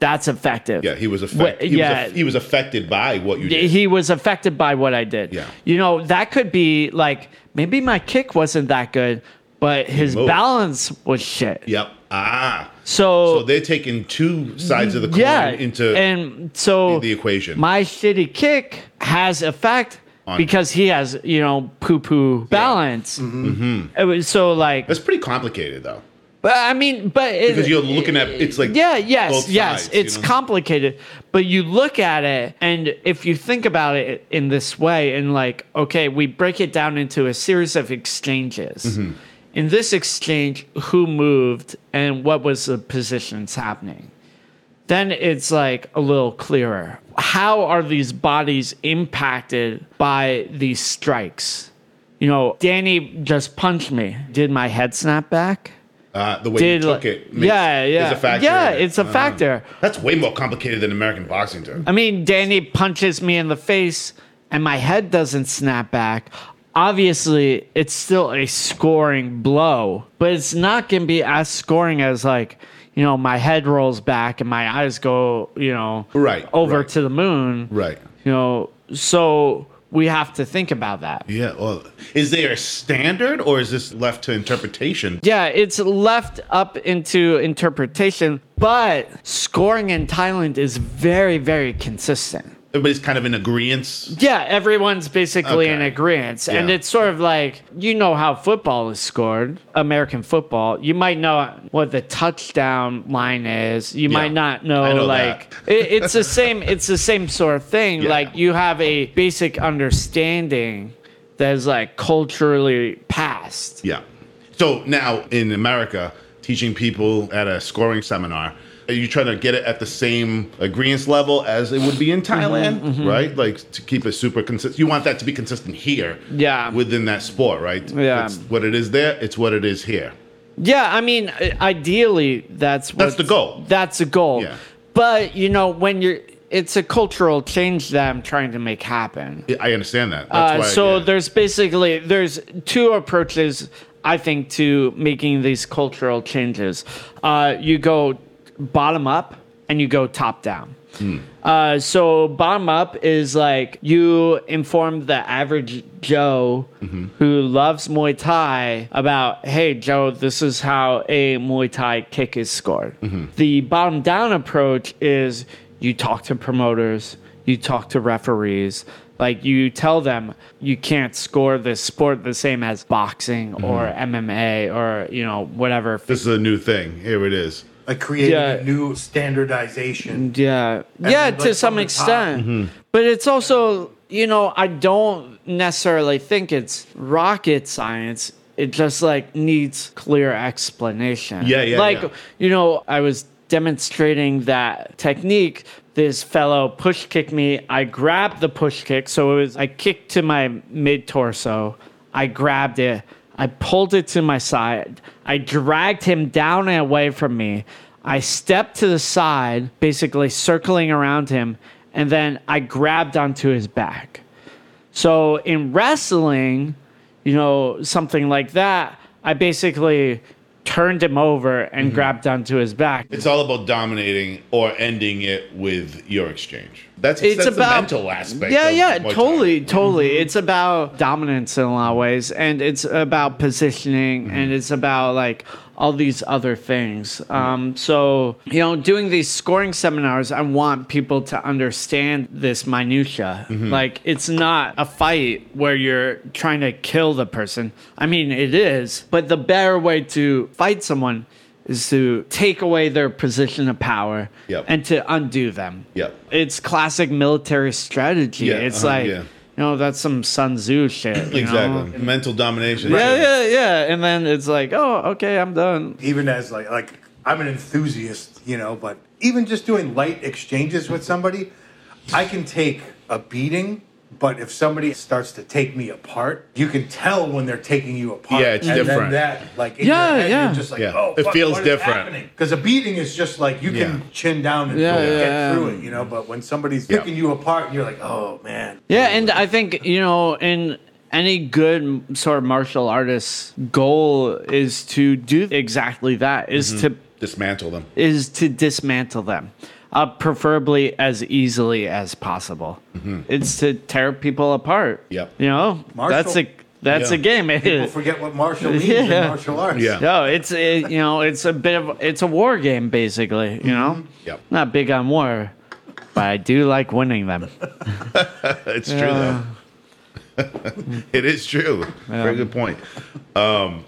S2: That's effective.
S8: Yeah, he was affected. He,
S2: yeah.
S8: was, aff- he was affected by what you did.
S2: he was affected by what I did.
S8: Yeah.
S2: You know, that could be like maybe my kick wasn't that good, but his
S8: moved.
S2: balance was shit.
S8: Yep. Ah.
S2: So,
S8: So they're taking two sides of the coin
S2: yeah,
S8: into
S2: and so
S8: the equation.
S2: My shitty kick has effect
S8: On-
S2: because he has, you know, poo poo balance. It was so like
S8: Mm-hmm. That's pretty complicated, though,
S2: but I mean, but it,
S8: because you're looking at it's like
S2: Yeah, yes,
S8: both
S2: yes.
S8: sides, you
S2: it's
S8: know?
S2: complicated, but you look at it, and if you think about it in this way, and like, okay, we break it down into a series of exchanges.
S8: Mm-hmm.
S2: In this exchange, who moved and what was the positions happening? Then it's like a little clearer. How are these bodies impacted by these strikes? You know, Danny just punched me. Did my head snap back?
S8: uh, the way
S2: did
S8: you
S2: like-
S8: took it. makes-
S2: yeah, yeah,
S8: is a factor
S2: yeah.
S8: in it.
S2: It's a
S8: Uh,
S2: factor.
S8: that's way more complicated than American boxing, dude.
S2: I mean, Danny punches me in the face and my head doesn't snap back. Obviously, it's still a scoring blow, but it's not going to be as scoring as, like, you know, my head rolls back and my eyes go, you know,
S8: Right,
S2: over
S8: right.
S2: to the moon.
S8: Right.
S2: You know, so we have to think about that.
S8: Yeah. Well, is there a standard, or is this left to interpretation?
S2: Yeah, it's left up into interpretation, but scoring in Thailand is very, very consistent.
S8: Everybody's kind of in agreement.
S2: Yeah, everyone's basically in
S8: Okay.
S2: agreement. And
S8: Yeah.
S2: it's sort of like, you know how football is scored, American football. You might know what the touchdown line is. You might not know,
S8: I know
S2: like
S8: that.
S2: it, it's the same it's the same sort of thing.
S8: Yeah.
S2: Like you have a basic understanding that is like culturally passed.
S8: Yeah. So now in America, teaching people at a scoring seminar, are you trying to get it at the same agreements level as it would be in
S2: Mm-hmm.
S8: Thailand, right? Like to keep it super consistent. You want that to be consistent here,
S2: Yeah.
S8: within that sport, right?
S2: Yeah.
S8: it's what it is there, it's what it is here.
S2: Yeah, I mean, i- ideally, that's what's-
S8: the goal.
S2: That's the goal.
S8: Yeah.
S2: But you know, when you're, it's a cultural change that I'm trying to make happen.
S8: I- I understand that.
S2: Uh, so
S8: yeah.
S2: there's basically there's two approaches I think to making these cultural changes. Uh, you go bottom up and you go top down. Uh, so bottom up is like you inform the average Joe
S8: Mm-hmm.
S2: who loves Muay Thai about, hey Joe, this is how a Muay Thai kick is scored.
S8: Mm-hmm.
S2: The bottom down approach is you talk to promoters, you talk to referees, like you tell them you can't score this sport the same as boxing or MMA or you know whatever.
S8: Mm-hmm. this is a new thing. Here it is.
S5: like creating
S2: Yeah.
S5: a new standardization.
S2: Yeah. yeah,
S5: then,
S2: to
S5: like,
S2: some
S5: from the top. Mm-hmm.
S2: extent. But it's also, you know, I don't necessarily think it's rocket science. It just like needs clear explanation.
S8: Yeah, yeah,
S2: Like,
S8: yeah.
S2: you know, I was demonstrating that technique. This fellow push kicked me. I grabbed the push kick. So it was, I kicked to my mid torso. I grabbed it. I pulled it to my side. I dragged him down and away from me. I stepped to the side, basically circling around him. And then I grabbed onto his back. So in wrestling, you know, something like that, I basically turned him over and grabbed onto his back.
S8: It's all about dominating or ending it with your exchange. That's
S2: It's
S8: that's
S2: about
S8: the mental aspect.
S2: Yeah,
S8: of
S2: yeah,
S8: Muay Thai.
S2: totally, totally.
S8: Mm-hmm.
S2: It's
S8: Mm-hmm.
S2: about dominance in a lot of ways, and it's about positioning, and it's about like all these other things. Um, so, you know, doing these scoring seminars, I want people to understand this minutia.
S8: Mm-hmm.
S2: Like, it's not a fight where you're trying to kill the person. I mean, it is, but the better way to fight someone is to take away their position of power
S8: Yep.
S2: and to undo them.
S8: Yep.
S2: It's classic military strategy.
S8: Yeah,
S2: it's
S8: uh-huh,
S2: like,
S8: yeah.
S2: you know, that's some Sun Tzu shit. you know?
S8: Exactly. Mental domination.
S2: Yeah, yeah, yeah. And then it's like, oh, okay, I'm done.
S5: even as like like I'm an enthusiast, you know, but even just doing light exchanges with somebody, I can take a beating, but if somebody starts to take me apart, you can tell when they're taking you apart.
S8: Yeah, it's
S5: and
S8: different.
S5: Then that like in
S2: Yeah,
S5: your head,
S2: yeah.
S5: you're just like
S8: Yeah.
S5: oh,
S8: It
S5: fuck,
S8: feels
S5: what is
S8: different.
S5: happening? Because a beating is just like you
S8: Yeah.
S5: can chin down and
S2: Yeah,
S5: get
S2: yeah,
S5: through
S2: yeah.
S5: it, you know. But when somebody's
S8: Yeah.
S5: picking you apart, and you're like, oh man,
S2: Yeah, and I think, you know, in any good m- sort of martial artist's goal is to do exactly that, is
S8: Mm-hmm.
S2: to
S8: Dismantle them.
S2: is to dismantle them, uh, preferably as easily as possible. It's to tear people apart.
S8: Mm-hmm. Yep.
S2: You know,
S5: Martial-
S2: that's a that's
S8: Yeah.
S2: a game. It
S5: people
S2: is.
S5: forget what martial means
S2: Yeah.
S5: in martial arts.
S8: Yeah.
S2: No, it's it, you know, it's a bit of it's a war game basically. You know,
S8: Yep.
S2: not big on war, but I do like winning them.
S8: It's true though. it is true. Very good point. Um,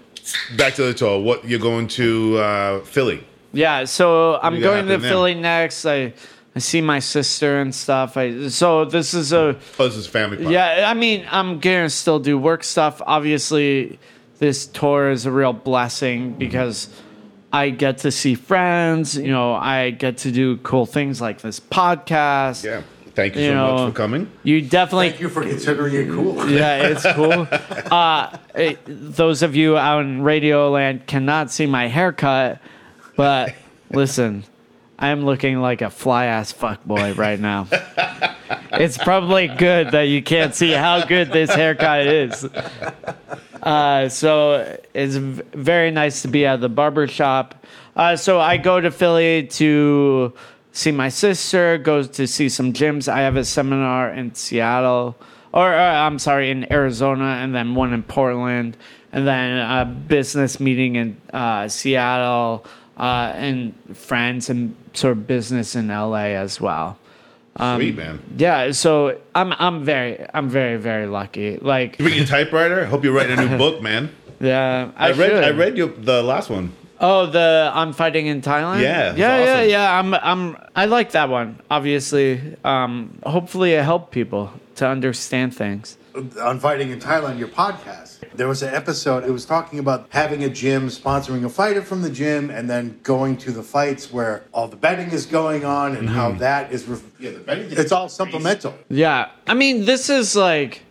S8: back to the tour. What you're going to uh, Philly?
S2: Yeah, so I'm
S8: you got
S2: going to
S8: happening there?
S2: Philly next. I I see my sister and stuff. I so this is a
S8: Oh, this is family. Party.
S2: yeah. I mean, I'm gonna still do work stuff. Obviously, this tour is a real blessing
S8: Mm-hmm.
S2: because I get to see friends. You know, I get to do cool things like this podcast.
S8: Yeah. Thank you,
S2: You
S8: so
S2: know,
S8: much for coming.
S2: You definitely
S5: Thank you for considering it cool.
S2: yeah, it's cool. Uh, it- those of you out in Radio Land cannot see my haircut, but listen, I'm looking like a fly ass fuckboy right now. It's probably good that you can't see how good this haircut is. Uh, so it's v- very nice to be at the barber shop. Uh, so I go to Philly to see my sister, go to see some gyms. I have a seminar in Seattle, or uh, I'm sorry, in Arizona, and then one in Portland, and then a business meeting in uh, Seattle, uh, and friends and sort of business in LA as well. um,
S8: Sweet man.
S2: Yeah, so I'm I'm very I'm very very lucky. Like
S8: You bring your typewriter. I hope you're writing a new book, man.
S2: yeah, I,
S8: I, read.
S2: should.
S8: I read your the last one.
S2: Oh, the I'm fighting in Thailand.
S8: Yeah, it's
S2: yeah, yeah,
S8: awesome.
S2: yeah. I'm, I'm, I like that one. Obviously, um, hopefully, it helped people to understand things.
S5: on fighting in Thailand, your podcast. There was an episode. It was talking about having a gym, sponsoring a fighter from the gym, and then going to the fights where all the betting is going on and how that is. Re- yeah, the betting. It's all supplemental.
S2: Yeah, I mean, this is like,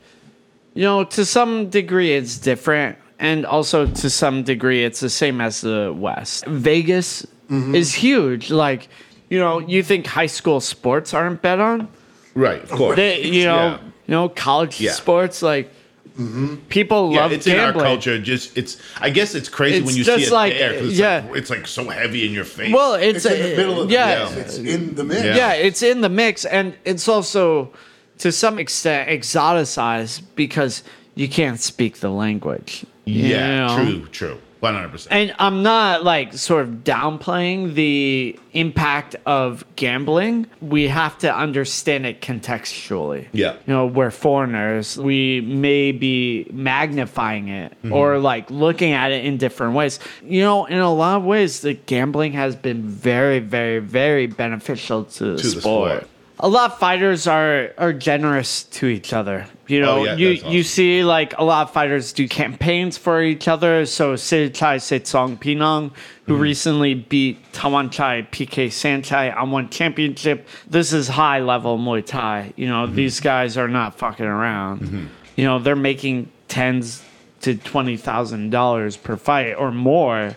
S2: you know, to some degree, it's different, and also to some degree, it's the same as the West. Vegas
S8: Mm-hmm.
S2: is huge. Like, you know, you think high school sports aren't bet on?
S8: Right. Of course.
S2: They, you know,
S8: Yeah.
S2: you know, college
S8: Yeah. Mm-hmm.
S2: sports like. People
S8: Yeah,
S2: love
S8: it's
S2: gambling.
S8: in our culture. Just it's. I guess it's crazy
S2: It's
S8: when you see
S2: just
S8: it
S2: like-
S8: there. 'cause It's
S2: yeah.
S8: like, it's like so heavy in your face.
S2: Well, it's,
S5: It's in the middle of the
S2: yeah,
S5: mix. It's in the mix.
S8: Yeah.
S2: yeah, it's in the mix, and it's also to some extent exoticized because you can't speak the language. you
S8: yeah.
S2: know?
S8: True. True. One hundred percent.
S2: And I'm not like sort of downplaying the impact of gambling. We have to understand it contextually.
S8: Yeah.
S2: You know, we're foreigners. We may be magnifying it or like looking at it in different ways. You know, in a lot of ways, the gambling has been very, very, very beneficial to the,
S8: To the
S2: sport.
S8: sport.
S2: A lot of fighters are are generous to each other. You know,
S8: Oh, yeah,
S2: you
S8: that's awesome.
S2: you see like a lot of fighters do campaigns for each other. So Sid Chai Sitsong Pinong, who
S8: Mm-hmm.
S2: recently beat Tawan Chai PK Sanchai on one championship. This is high level Muay Thai. You know,
S8: Mm-hmm.
S2: these guys are not fucking around. You know, they're making tens to twenty thousand dollars per fight or more.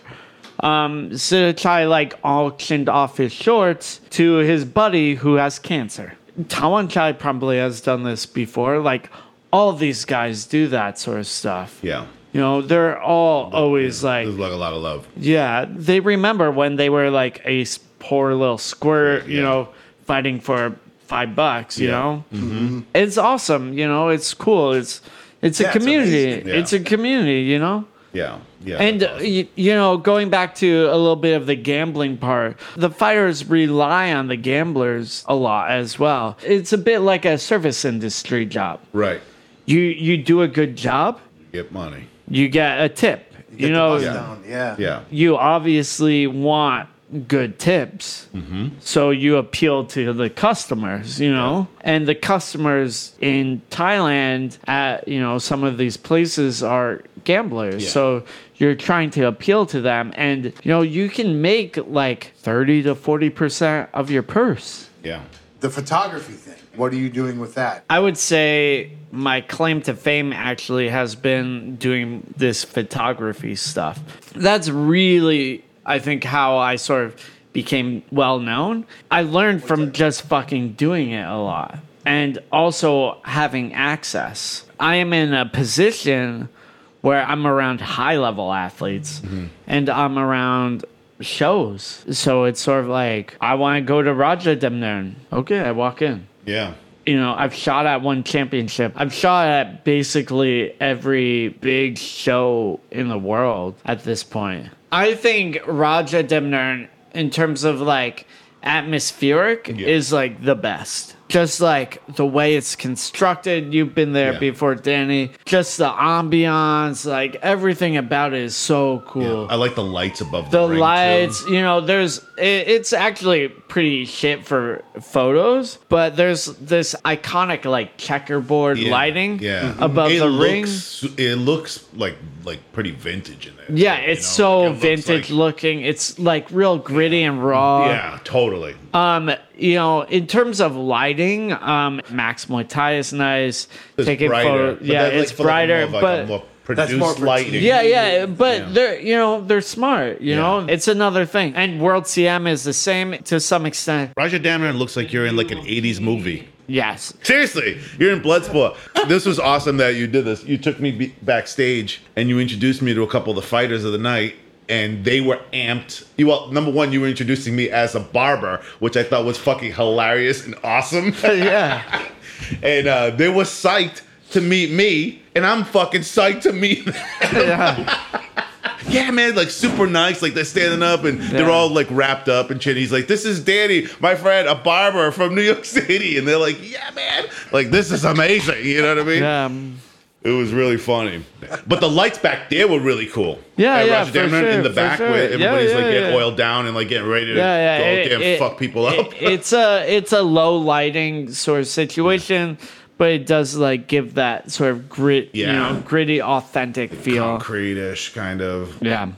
S2: Um, Sid Chai like auctioned off his shorts to his buddy who has cancer. Tawan Chai probably has done this before. Like all these guys do that sort of stuff.
S8: Yeah.
S2: You know, they're all always like,
S8: There's like a lot of love.
S2: yeah, they remember when they were like a s- poor little squirt, you
S8: Yeah.
S2: know, fighting for five bucks, you
S8: Yeah. Mm-hmm.
S2: know? It's awesome, you know, it's cool. It's it's a
S5: Yeah, it's
S2: community.
S5: amazing.
S8: Yeah.
S2: it's a community, you know?
S8: Yeah, yeah.
S2: And
S8: that's
S2: uh,
S8: awesome.
S2: you, you know, going back to a little bit of the gambling part, the fighters rely on the gamblers a lot as well. It's a bit like a service industry job.
S8: right,
S2: You you do a good job,
S8: get money.
S2: you get a tip. You, know,
S5: yeah. Down. yeah.
S8: Yeah,
S2: you obviously want good tips. So you appeal to the customers, you know? And the customers in Thailand at, you know, some of these places are gamblers.
S8: Yeah.
S2: So you're trying to appeal to them and you know, you can make like 30 to 40% of your purse.
S8: yeah.
S5: The photography thing. What are you doing with that?
S2: I would say my claim to fame actually has been doing this photography stuff. That's really, I think, how I sort of became well known. I learned from just fucking doing it a lot and also having access. I am in a position where I'm around high level athletes and I'm around shows. So it's sort of like, I want to go to Raja Demnern. Okay, I walk in
S8: Yeah.
S2: you know, I've shot at one championship. I've shot at basically every big show in the world at this point. I think Raja Demnern, in terms of like atmospheric, is like the best. Just like the way it's constructed, you've been there
S8: Yeah.
S2: before, Danny. Just the ambiance, like everything about it is so cool.
S8: I like the lights above the,
S2: the
S8: ring, too.
S2: lights you know there's it, it's actually pretty shit for photos but there's this iconic like checkerboard
S8: Yeah,
S2: lighting
S8: Yeah, Mm-hmm.
S2: above
S8: It
S2: the ring
S8: looks, It looks like like pretty vintage in there.
S2: yeah
S8: too, you
S2: it's
S8: know?
S2: so
S8: Like, it looks
S2: vintage
S8: like-
S2: looking it's like real gritty and raw
S8: yeah, totally.
S2: um you know in terms of lighting um max Muay Thai is nice
S8: It's
S2: taking photo
S8: but
S2: yeah
S8: that's, like,
S2: it's
S8: for, like,
S2: brighter
S8: more of, like,
S2: but
S8: a more
S5: That's more
S8: produced lighting.
S2: Yeah, yeah, but
S8: Yeah.
S2: they're you know they're smart. You
S8: Yeah.
S2: know, it's another thing. And World CM is the same to some extent.
S8: Roger Dameron looks like you're in like an '80s movie.
S2: Yes,
S8: Seriously, you're in Bloodsport. this was awesome that you did this. You took me be- backstage and you introduced me to a couple of the fighters of the night, and they were amped. You well, number one, you were introducing me as a barber, which I thought was fucking hilarious and awesome.
S2: yeah.
S8: and uh, they were psyched to meet me, and I'm fucking psyched to meet. them.
S2: yeah.
S8: yeah, man, like super nice. Like they're standing up and they're
S2: Yeah.
S8: all like wrapped up and shit. He's like, "This is Danny, my friend, a barber from New York City," and they're like, "Yeah, man, like this is amazing." You know what I mean?
S2: Um,
S8: It was really funny. But the lights back there were really cool.
S2: Yeah,
S8: At
S2: yeah,
S8: Roger
S2: for
S8: Damron
S2: sure,
S8: in the
S2: for
S8: back
S2: sure.
S8: where
S2: Yeah,
S8: everybody's like
S2: yeah,
S8: getting
S2: yeah.
S8: oiled down and like getting ready to
S2: yeah, yeah.
S8: go
S2: it-
S8: damn
S2: it-
S8: fuck people
S2: it-
S8: up.
S2: it's a it's a low lighting sort of situation, but it does like give that sort of grit, you
S8: Yeah.
S2: know, gritty, authentic feel.
S8: Concrete-ish kind of.
S2: Yeah.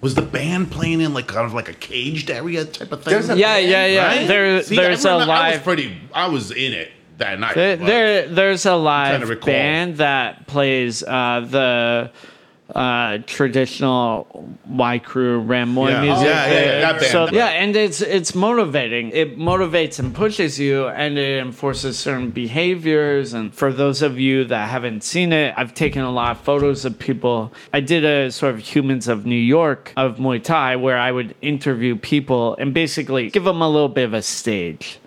S8: Was the band playing in like kind of like a caged area type of thing?
S5: There's a-
S2: Yeah, yeah, yeah.
S8: Right?
S2: There,
S8: See, I
S2: there's a
S8: remember- I was
S2: live
S8: pretty. I was in it that night.
S2: There,
S8: but-
S2: there there's a
S8: to
S2: live
S8: recall.
S2: band that plays uh, the uh, traditional Y Crew Ramoy
S8: Yeah.
S2: music.
S8: Yeah, yeah, yeah, that band.
S2: So yeah, and it's it's motivating. It motivates and pushes you, and it enforces certain behaviors. And for those of you that haven't seen it, I've taken a lot of photos of people. I did a sort of Humans of New York of Muay Thai, where I would interview people and basically give them a little bit of a stage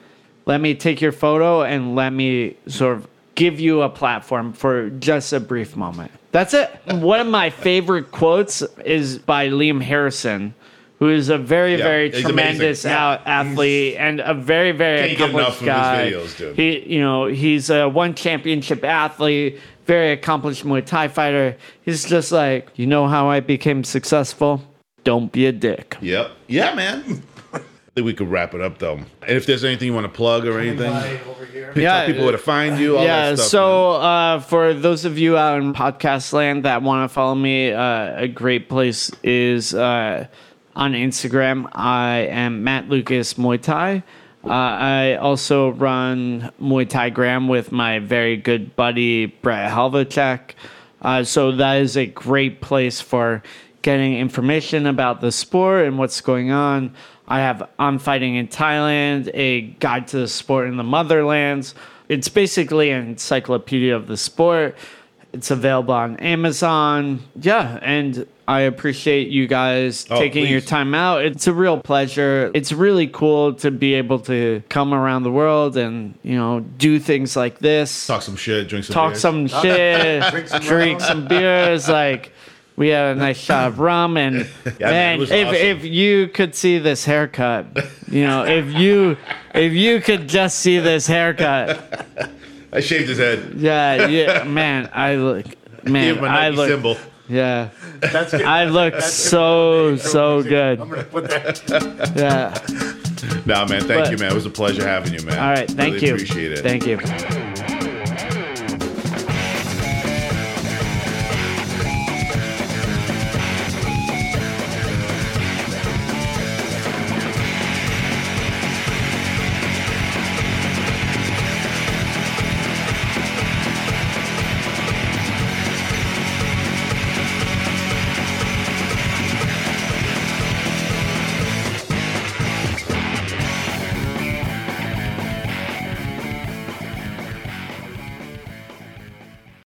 S2: let me take your photo and let me sort of give you a platform for just a brief moment. That's it. One of my favorite quotes is by Liam Harrison, who is a very,
S8: Yeah,
S2: very
S8: he's
S2: tremendous
S8: amazing.
S2: out athlete and a very, very
S8: Can't get
S2: accomplished
S8: enough
S2: guy.
S8: of his videos, dude.
S2: He, you know, he's a one championship athlete, very accomplished Muay Thai fighter. He's just like, you know how I became successful? Don't be a dick.
S8: Yep. Yeah, man. I think we could wrap it up though. And if there's anything you want to plug or anything, tell people where to find you. All
S2: yeah
S8: That stuff,
S2: so uh, for those of you out in podcast land that want to follow me uh, a great place is uh, on instagram i am matt lucas muay thai uh, I also run Muay Thai Gram with my very good buddy Brett Halvacek. Uh, so that is a great place for getting information about the sport and what's going on. I have I'm Fighting in Thailand, a guide to the sport in the motherlands. It's basically an encyclopedia of the sport. It's available on Amazon. Yeah, and I appreciate you guys
S8: Oh,
S2: taking your
S8: please.
S2: time out. It's a real pleasure. It's really cool to be able to come around the world and, you know, do things like this
S8: Talk some shit, drink some
S2: talk
S8: beer.
S2: some shit, drink some beers, like We had a nice shot of rum, and
S8: Yeah, man, it
S2: man,
S8: was
S2: if,
S8: awesome.
S2: if you could see this haircut, you know, if you if you could just see this haircut,
S8: I shaved his head.
S2: yeah, yeah, man, I look,
S8: Gave
S2: man,
S8: him a
S2: I
S8: Nike
S2: look,
S8: symbol.
S2: yeah,
S5: That's good.
S2: I look so so good,
S5: I'm gonna put that.
S2: yeah.
S8: Nah, man. Thank
S2: But-
S8: you, man. It was a pleasure having you, man.
S2: All right, thank
S8: Really
S2: you,
S8: Appreciate it.
S2: thank you.